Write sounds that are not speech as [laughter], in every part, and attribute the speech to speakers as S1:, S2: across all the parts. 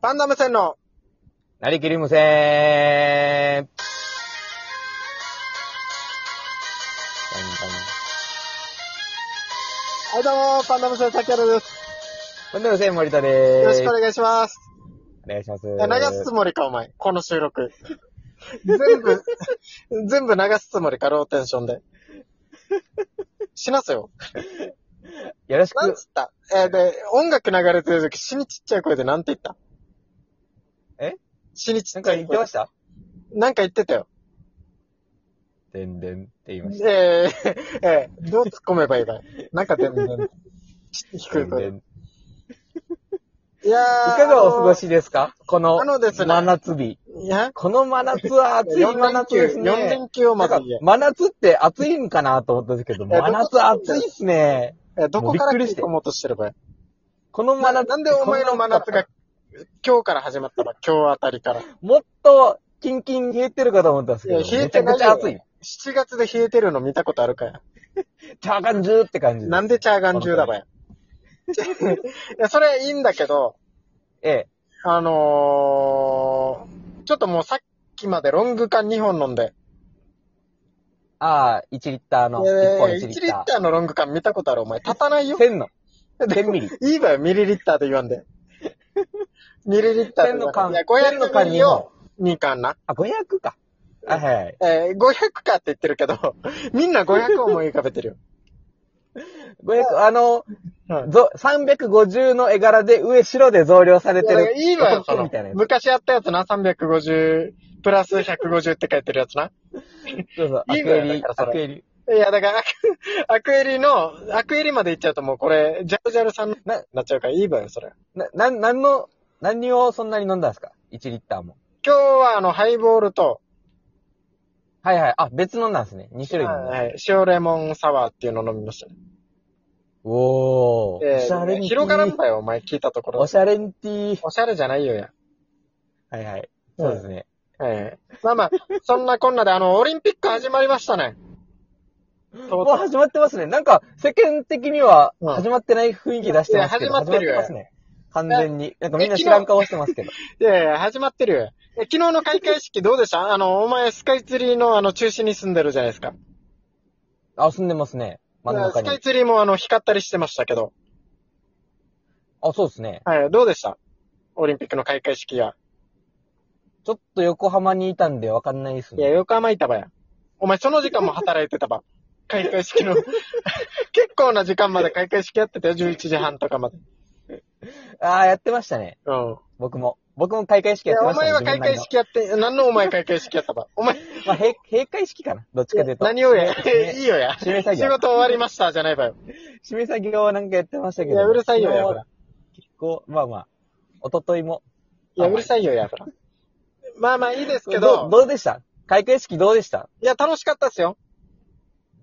S1: パンダム線の、
S2: なりきり無線
S1: はいどうも、パンダム線崎原です。
S2: こんな無線森田で
S1: よろ
S2: す。
S1: しくお願いします。
S2: お願いします。
S1: いや流すつもりか、お前。この収録。全部、 [laughs] 全部流すつもりか、ローテンションで。死なすよ。
S2: よろし
S1: なん
S2: く
S1: つ。ったえーで、音楽流れてる時、死にちっちゃい声でなんて言った
S2: え
S1: 死にちっ
S2: なん
S1: ちゃ
S2: か
S1: い
S2: 言っ
S1: 声
S2: てました
S1: なんか言ってたよ。
S2: でんでんって言いまし
S1: えー、えー、どう突っ込めばいいか。なんか全然、ちょっと
S2: た。
S1: 低
S2: で
S1: い
S2: んで
S1: 声
S2: ん
S1: で。
S2: い
S1: いやー。
S2: かがお過ご
S1: あ
S2: しですかこの
S1: あのですね
S2: 真夏日。
S1: のいや
S2: この真夏は暑い
S1: 4
S2: 真
S1: 連
S2: 夏
S1: 休、
S2: です
S1: 4
S2: ね。
S1: 連休を
S2: な
S1: まず
S2: んか
S1: 言え。
S2: 真夏って暑いんかなと思ったんですけど、
S1: や
S2: 真夏暑いっすね。
S1: え、どこか
S2: もうびっく
S1: ら
S2: りし
S1: 切
S2: て
S1: り込もうとしてるばい
S2: この真
S1: な
S2: 夏。
S1: なんでお前の真夏が今日から始まったの今日あたりから。
S2: もっと、キンキン冷えてるかと思ったんですけど、
S1: いや冷え
S2: めち
S1: て
S2: ゃ
S1: ないよ
S2: くちゃ暑い。
S1: 7月で冷えてるの見たことあるかよ。
S2: チャーガンジューって感じす
S1: なんでチャーガン中だば
S2: [laughs]
S1: や。いや、それいいんだけど、
S2: ええ。
S1: あのー、ちょっともうさっきまでロング缶2本飲んで、
S2: ああ、1リッターの、
S1: え
S2: 1本
S1: ー
S2: 1
S1: 1
S2: リ
S1: リ
S2: ッ
S1: ッ
S2: タ
S1: ターのロング缶見たことあるお前。立たない
S2: ー。
S1: よ。
S2: 1000の、1000ミリ。
S1: いいわよ、ミリリッターで言わん
S2: [laughs]
S1: で。ミリリッターで
S2: 1000
S1: 言
S2: の
S1: わ
S2: 缶、
S1: んで。いや、
S2: 1000の
S1: 500
S2: 缶
S1: ミ
S2: に
S1: リを
S2: も。
S1: 2缶な。
S2: あ、500か。はいはい。
S1: えー、500かって言ってるけど、 [laughs] みんな500思い浮かべてるよ。
S2: 500、あの、
S1: はい
S2: ぞ350の絵柄で上白で増量され
S1: い
S2: て
S1: やだか
S2: る。
S1: らいいわよ、そ
S2: 男
S1: の
S2: みたいなや。
S1: [laughs]
S2: つ。
S1: 昔やったやつな、350、プラス150って書いてるやつな。
S2: そうそう、アク
S1: いいわよ
S2: エリ
S1: だ、から
S2: ア
S1: そ
S2: ク
S1: れ
S2: エリ。
S1: いや、だから、アク [laughs] アクエリの、アクエリまで行っちゃうともうこれ、ジャルジャルさんに
S2: な、
S1: なっちゃうからいいわよ、それ。
S2: な、なん、なんの、何をそんなに飲んだんですか ?1 リッターも。
S1: 今日はあの、ハイボールと、
S2: はいはい。あ、別のなんですね。2種類飲んだ。
S1: はい、塩レモンサワーっていうの飲みましたね。
S2: おー。お
S1: え
S2: しゃれ
S1: ー、
S2: に。
S1: 広がらんだよ、お前聞いたところ
S2: お。しゃれんティー。
S1: おしゃれじゃないよや。
S2: はいはい。そうですね。
S1: ええまあまあ、そんなこんなで、あの、オリンピック始まりましたね。と
S2: も
S1: う
S2: う
S1: とう
S2: 始まってますね。なんか、世間的には
S1: うん
S2: 始まってない雰囲気出してますけど、
S1: いや始まってるよ
S2: ますね。完全に。なんかみんな知らん顔してますけど。
S1: いやいや、始まってるよ。え昨日の開会式どうでしたあの、お前スカイツリーのあの中心に住んでるじゃないですか。
S2: あ、住んでますね。真ん
S1: い
S2: 中
S1: やスカイ
S2: に。
S1: ツリーもあの、光ったりしてましたけど。
S2: あ、そうですね。
S1: はい、どうでしたオリンピックの開会式は。
S2: ちょっと横浜にいたんでわかんないです
S1: いや、
S2: ね。
S1: 横浜いたばや。お前その時間も働いてたば。開会式の。 [laughs] 結構な時間まで開会式やってたよ、11時半とかまで。
S2: あー、やってましたね。
S1: うん。
S2: 僕も。僕も開会式
S1: い
S2: やっ
S1: や、
S2: て
S1: お
S2: ましたね。
S1: 前は開会
S2: 自分
S1: 式やって、何のお前開会式やったば。お
S2: [laughs]
S1: 前、
S2: なりのまあ、閉閉会式かな。どっちかというと。
S1: 何をや、
S2: [laughs]
S1: い
S2: 締
S1: いよや。
S2: め作
S1: 仕
S2: 業。
S1: 事終わりました、じゃないばよ。
S2: 締め作業はなんかやってましたけど。
S1: いやうるさいよや
S2: 昨日
S1: ほら
S2: 結構、まあまあ。おとといも。
S1: いや、うるさいよや、ほら。まあまあいいですけど
S2: どう、どうでした開会式どうでした
S1: いや、楽しかったっすよ。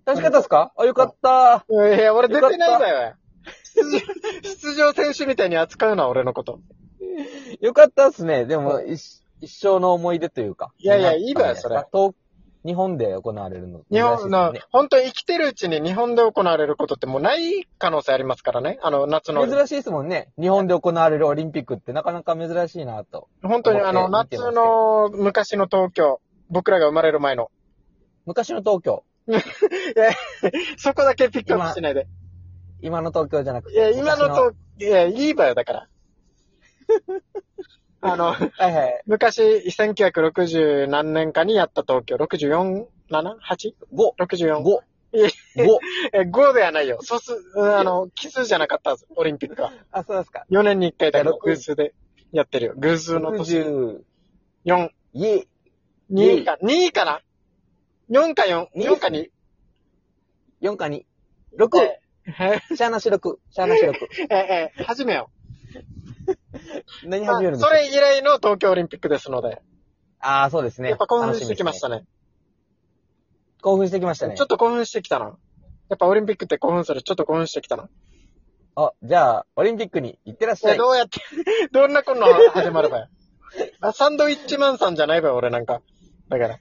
S2: 楽しかったですかあ、よかった。
S1: いや、俺出
S2: よかってた
S1: ないんだよ。出場、出場選手みたいに扱うな、俺のこと。
S2: よかったっすね。でも、一一生の思い出というか。
S1: いやいや
S2: なったんじゃなですか
S1: いいわよ。
S2: 東日本で行われるの。
S1: 日本の、
S2: 珍しいです
S1: 本当に生きてるうちに日本で行われることってもうない可能性ありますからね。あの、夏の
S2: もん。ね。珍しいですもんね。日本で行われるオリンピックってなかなか珍しいなと。
S1: 本当にあの、
S2: 見
S1: 夏
S2: てますけ
S1: の昔の東京。僕らが生まれる前の。
S2: 昔の東京。
S1: そこだけピックアップしないで。
S2: 今の東京じゃなくて。
S1: いや、今の
S2: 昔
S1: 東いや、いいわよ、だ [laughs] から。あの、
S2: はいはい。
S1: 昔、1960何年かにやった東京。64、7、
S2: 5、
S1: 8?64。
S2: 5、
S1: いや
S2: 5。
S1: え、5ではないよ。素数、うんあの、奇数じゃなかったはず、オリンピックは。
S2: あ、そうですか。
S1: 4年に1回だけ
S2: い
S1: ど
S2: や、六
S1: 偶数でやってるよ。偶数の年。
S2: 60、
S1: 4、
S2: いえ、
S1: 2位か、2位かな ?4 か4、4か2。
S2: 4か2。6、
S1: え、
S2: シャーナシ6、シャーナシ6。
S1: え、え、始めよう。
S2: 何
S1: まあ
S2: 始めるんです
S1: そ
S2: か
S1: れ以来の東京オリンピックですので、
S2: ああ、そうですね。
S1: やっぱ興奮してきました
S2: ね。
S1: ね。
S2: 興奮してきましたね
S1: ちょ。っと興奮してきたな。やっぱオリンピックって興奮する。ちょっと興奮してきたな。
S2: あ、じゃあ、オリンピックに行ってらっしゃ
S1: え、
S2: い。
S1: どうやって、どんなこんなの始まればよ。あサンドイッチマンさんじゃないわよ、俺なんか。だから。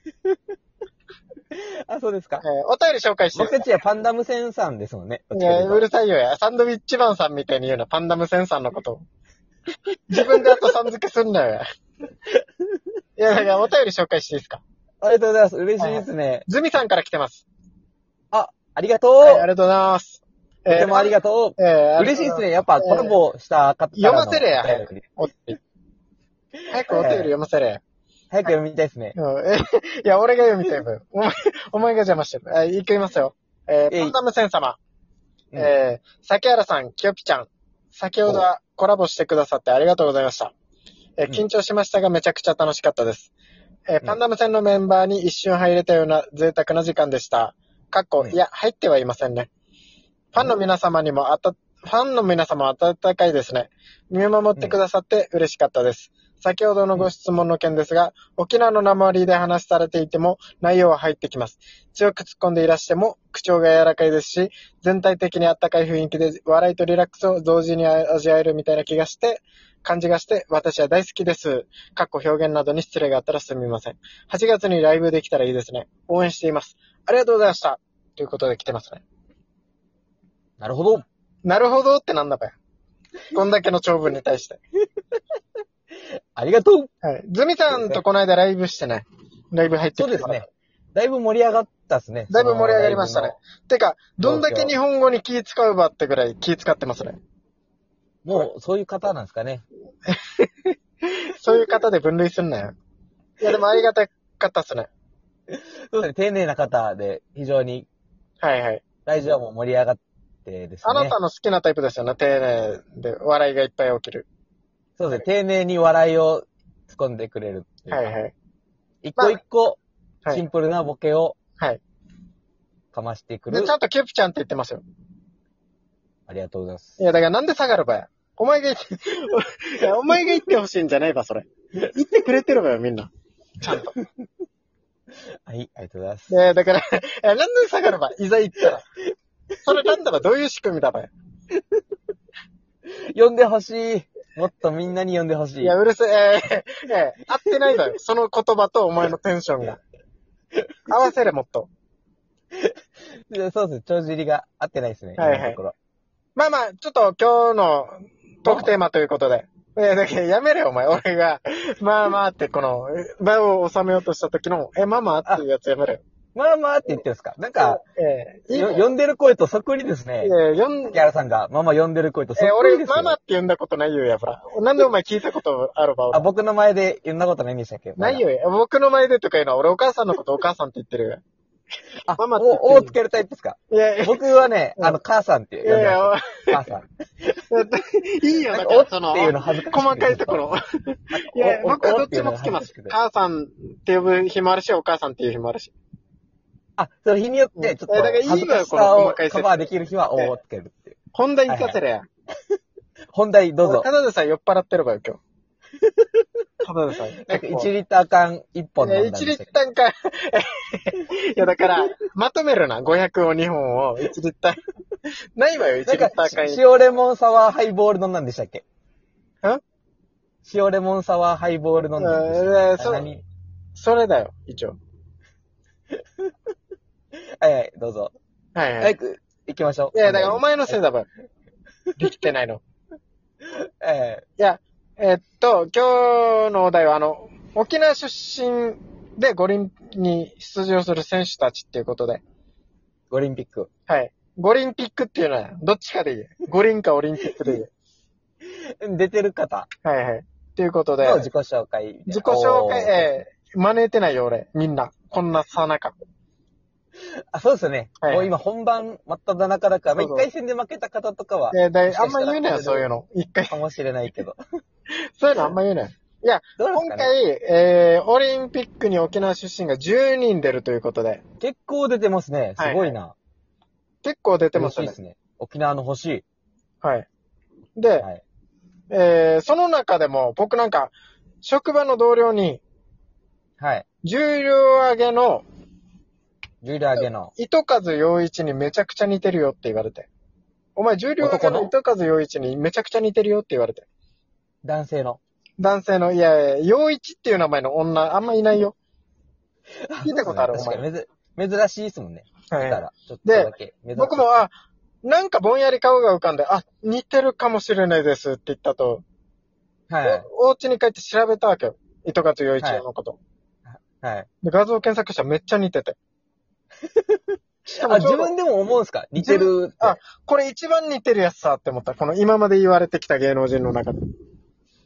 S1: え
S2: あ、そうですか。
S1: お便り紹介してよ
S2: 僕。たちはパンダ無線さんですもんね。どっ
S1: い
S2: ちかと
S1: や、
S2: いうと
S1: うるさいよや。サンドウィッチマンさんみたいに言うな。パンダムセンさんのことを。自分であとサん付けすんなよ。いや、だからお便り紹介していいですか
S2: ありがとうございます。嬉しいですね。
S1: ズミさんから来てます。
S2: あ、ありがと
S1: はい、ありが
S2: う。
S1: とうございます。えー
S2: でもありがと
S1: えー
S2: う。嬉しいですね。。やっぱコラボした方から
S1: 読
S2: の
S1: ませれや
S2: お
S1: あ
S2: 便り
S1: りがとうお早くお便り読ませれ。
S2: 早く読みたいですね。
S1: うんえいや、俺が読みたい分。お前、お前が邪魔してる。えー、いきますよ。えー、
S2: えい
S1: パンダムセン様。
S2: うん
S1: えー、崎原さん、キヨピちゃん。先ほどはコラボしてくださってありがとうございました。えー、
S2: うん
S1: 緊張しましたがめちゃくちゃ楽しかったです。えー、パンダムセンのメンバーに一瞬入れたような贅沢な時間でした。かっこ、
S2: うん
S1: いや、入ってはいませんね。ファンの皆様にもあた、ファンの皆様温かいですね。見守ってくださって嬉しかったです。先ほどのご質問の件ですが、沖縄の鉛で話されていても内容は入ってきます。強く突っ込んでいらしても口調が柔らかいですし、全体的に温かい雰囲気で笑いとリラックスを同時に味わえるみたいな気がして、感じがして私は大好きです。かっこ表現などに失礼があったらすみません。8月にライブできたらいいですね。応援しています。ありがとうございました。ということで来てますね。
S2: なるほど。
S1: なるほどってなんだかよ。こんだけの長文に対して。
S2: ありがとう。
S1: はい。ズミさんとこの間ライブしてね。ライブ入って
S2: そ
S1: き
S2: う
S1: て
S2: で
S1: か
S2: す
S1: ら
S2: ね。。だいぶ盛り上がったですね。
S1: だいぶ盛り上がりましたね。てか、どんだけ
S2: そうそう
S1: 日本語に気使うばってぐらい気使ってますね。
S2: そのライブの。もう、そういう方なんですかね。
S1: そういう方で分類すんなよ。いや、でもありがたかったっすね。
S2: そうですね。丁寧な方で、非常に、
S1: はいはい。
S2: ラジオも盛り上がってですね。
S1: あなたの好きなタイプですよね。丁寧で笑いがいっぱい起きる。
S2: そうですね。丁寧に笑いを突っ込んでくれるっていうか
S1: はいはい。
S2: 一個一個、
S1: は
S2: シン
S1: い。
S2: プルなボケを
S1: はい。
S2: かましてくる。
S1: で、ちゃんとキューピちゃんって言ってますよ。
S2: ありがとうございます
S1: い。や、だからなんで下がるばや。お前が言って、い [laughs] やお前が言ってほしいんじゃないば、それ。言ってくれてるばよ、みんな。ちゃんと。
S2: はい、ありがとうございます。
S1: ねえ、だから、 [laughs] え、なんで下がれば、いざ行ったら。それなんだば、どういう仕組みだばよ。
S2: 呼んでほしい。もっとみんなに呼んでほしい。
S1: いや、うるせえ、えーえー合ってないだよ。その言葉とお前のテンションが。合わせれ、もっと。
S2: そうです。帳尻が合ってないですね。
S1: はいはい
S2: 今のところ
S1: まあまあ、ちょっと今日のトークテーマということで。えーだけどやめろよ、お前。俺が、まあまあって、この、場を収めようとした時の、え、まあまあっていうやつやめろよ。
S2: まあまあって言ってるんですか。なんか、
S1: えーいい
S2: よ
S1: よ。
S2: 呼んでる声とそっくりですね。
S1: えーよん
S2: ギャラさんが、ママ呼んでる声とそっ
S1: えー
S2: くり
S1: 俺、
S2: です、
S1: ママって呼んだことないよ、やぶら。なんでお前聞いたことあるば、俺
S2: あ、。僕の前で呼んだことないんでしたっけまだ
S1: ないよ、僕の前でとか言うのは俺お母さんのことお母さんって言ってるよ。
S2: あ、
S1: ママって言ってる
S2: お、おつけるタイプですか。
S1: いやいや、い
S2: 僕はね、
S1: うん
S2: あの、母さんって呼ん
S1: やい
S2: で
S1: や
S2: ま
S1: おい
S2: す。母さ
S1: い
S2: ん。
S1: いよ、
S2: な
S1: だ
S2: ん
S1: か
S2: か、お
S1: らその
S2: って、いうの恥ずかしい。
S1: 細かいところ。いや、
S2: お。
S1: 僕はどっち
S2: お
S1: もつけます
S2: おっていう。のが
S1: 母さんって呼ぶ日もあるし、お母さんっていう日もあるし。
S2: あ、その日によって、ちょ
S1: え
S2: っと
S1: だからいいのよ
S2: 恥ずかし
S1: この
S2: さを
S1: 細かい説
S2: カバーできる日は、おをつけるっていう。
S1: 本題行かせれや。
S2: 本題どうぞ
S1: た。だでさえ酔っ払ってるわよ、今
S2: [laughs]
S1: 日。ただでさえ。
S2: なんか
S1: 結構
S2: 1リッター缶1本飲んだ
S1: いや
S2: ん
S1: 1
S2: です
S1: リ
S2: け
S1: ッ
S2: ど
S1: ターか。 [laughs] いや、だから、まとめるな。500を2本を1リッター。ないわよ、1リ
S2: な
S1: ッ
S2: ん
S1: タ
S2: か
S1: ーか、い。
S2: 塩レモンサワーハイボール飲んだんでしたっけ
S1: ん
S2: 塩レモンサワーハイボール飲んだんでしたっけ
S1: うんえーそう
S2: 何
S1: それだよ、一応。
S2: はいはい、どうぞ。
S1: はいはい
S2: 早。く行きましょう。
S1: いや、だからお前のせいだば。できてないの。
S2: え
S1: いや、えっと、今日のお題は、あの、沖縄出身で五輪に出場する選手たちっていうことで、
S2: ー、オリンピック。
S1: はい。五輪ピックっていうのは、どっちかでいいよ。五輪かオリンピックでいいよ。
S2: 出てる方
S1: はいはい。っていうことで
S2: の、自己紹介。
S1: 自己紹
S2: おー
S1: 介、えー、真似てないよ、俺。みんな。こんなさなか。
S2: あ、そうですよね。
S1: はいはい
S2: もう今本番真っ只中だから、まあ
S1: そうそ
S2: 一
S1: う
S2: 回戦で負けた方とかは、
S1: えーだいあんま言うなよ、そういうの。一回、 [laughs]
S2: かもしれないけど。
S1: そういうのあんま言うなよ。
S2: どうなん
S1: 今
S2: ですかね
S1: 回、えー、オリンピックに沖縄出身が10人出るということで、
S2: 結構出てますね。すごいな。
S1: 結構出てます
S2: 嬉しい
S1: ね
S2: で。すね。沖縄の星。
S1: はい。で、
S2: はい。
S1: えーその中でも、僕なんか、職場の同僚に、
S2: はい。
S1: 重量上げの
S2: 重量上げの。
S1: 糸数洋一にめちゃくちゃ似てるよって言われて。お前、重量上げの糸数洋一にめちゃくちゃ似てるよって言われて。
S2: 男性の。
S1: 男性の、いやいや、洋一っていう名前の女、あんまいないよ。聞いたことある、お
S2: 確か
S1: 前。
S2: にめず珍しいですもんね。
S1: は
S2: 見
S1: い
S2: たら。ちょっとだけ。珍しい
S1: 僕。も、あ、なんかぼんやり顔が浮かんで、あ、似てるかもしれないですって言ったと、
S2: はい。
S1: おお家に帰って調べたわけよ。糸勝洋一郎のこと。
S2: はい。
S1: で、画像検索したらめっちゃ似て [laughs] て。しか
S2: あ、
S1: もちょ
S2: 自
S1: うど
S2: 分でも思うんすか似てるって。
S1: あこれ一番似てるやつさって思った。この今まで言われてきた芸能人の中で。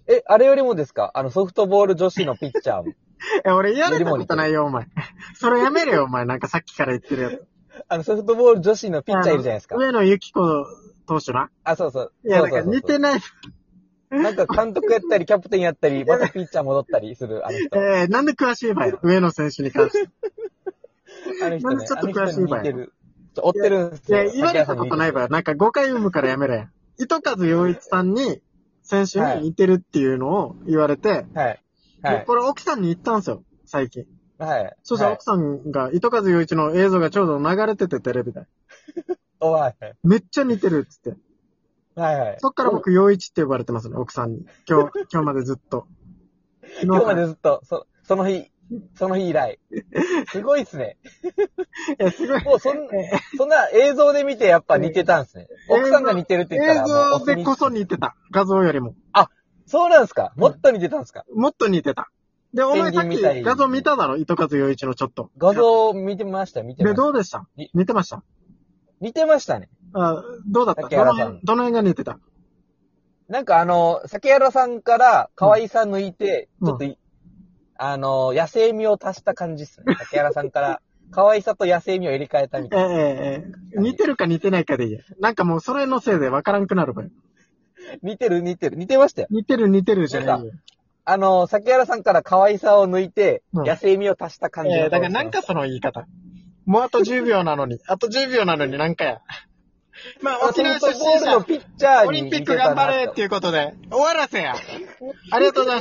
S2: え、あれよりもですかあの、ソフトボール女子のピッチャ
S1: [laughs]
S2: ーも。
S1: え、俺言われたことないよ、お前。 [laughs] それやめるよ、お前。なんかさっきから言ってるやつ。
S2: あの、ソフトボール女子のピッチャーいるじゃないですか
S1: あ。の上野由紀子投手な。
S2: あ、そうそう。
S1: いや、
S2: そう
S1: だ
S2: そ
S1: から
S2: うそう
S1: 似てない。
S2: なんか監督やったり、キャプテンやったり、またピッチャー戻ったりする、あの人。
S1: [laughs] えー、なんで詳しい場合上野選手に関
S2: [laughs]
S1: して。
S2: あの人
S1: なん
S2: ね
S1: でちょっ、と
S2: あの人
S1: 詳しい
S2: に
S1: わよ
S2: 似てる。ちょ追ってるんです
S1: い
S2: よ。
S1: や、言われたことない場合、なんか5回読むからやめろや。糸数洋一さんに、選手に似てるっていうのを言われて、
S2: はい。は
S1: で
S2: い。
S1: これ奥さんに言ったんですよ、最近。
S2: はい。
S1: そしたら
S2: はい
S1: 奥さんが、糸数洋一の映像がちょうど流れてて、テレビで。
S2: おはい。
S1: めっちゃ似てるって言って。
S2: はいはい。
S1: そっから僕、洋一って呼ばれてますね、奥さんに。今
S2: [laughs]
S1: 日、今日までずっと。
S2: 今日までずっと、そ、その日、その日以来。すごいっすね。
S1: え、すごい。
S2: もう
S1: [laughs]
S2: そん、そんな映像で見てやっぱ似てたんですね。
S1: うん
S2: 奥さんが似てるって
S1: 映
S2: 言ったらもう
S1: 像でこそ似てた。画像よりも。
S2: そうなんですかもっと似てたんですか
S1: もっと似てた。で、お前さっ
S2: ペンギン
S1: き
S2: みたい
S1: 画像見ただろ糸数洋一のちょっと。
S2: 画像見てました、見てま
S1: で、
S2: した。
S1: どうでした
S2: に
S1: 似てました
S2: 似てましたね。
S1: あどうだった
S2: 竹
S1: どの
S2: 原さん
S1: 辺、どの辺が似てた
S2: なんかあの、酒原さんから可愛さ抜いて、
S1: うん
S2: ちょっとい、あの、野生味を足した感じっすね。酒原さんから可愛さと野生味を入れ替えたみ
S1: え
S2: た
S1: え
S2: い
S1: え
S2: な。
S1: ええ似てるか似てないかでいいや。なんかもうそれのせいでわからんくなるわよ。
S2: 似てる似てる。似てましたよ。
S1: 似てる似てるじゃないよ。
S2: あの、酒原さんから可愛さを抜いて、
S1: うん
S2: 野生味を足した感じの
S1: ええ
S2: 顔
S1: だか
S2: してま
S1: ら
S2: す。
S1: なんかその言い方。もうあと10秒なの
S2: [laughs]
S1: に、あと10秒なのになんかや。まあ、沖縄出身
S2: ボール
S1: 者
S2: の、ピッチャーに
S1: [laughs] オリンピック頑張れっていうことで、終わらせや。ありがとうございました。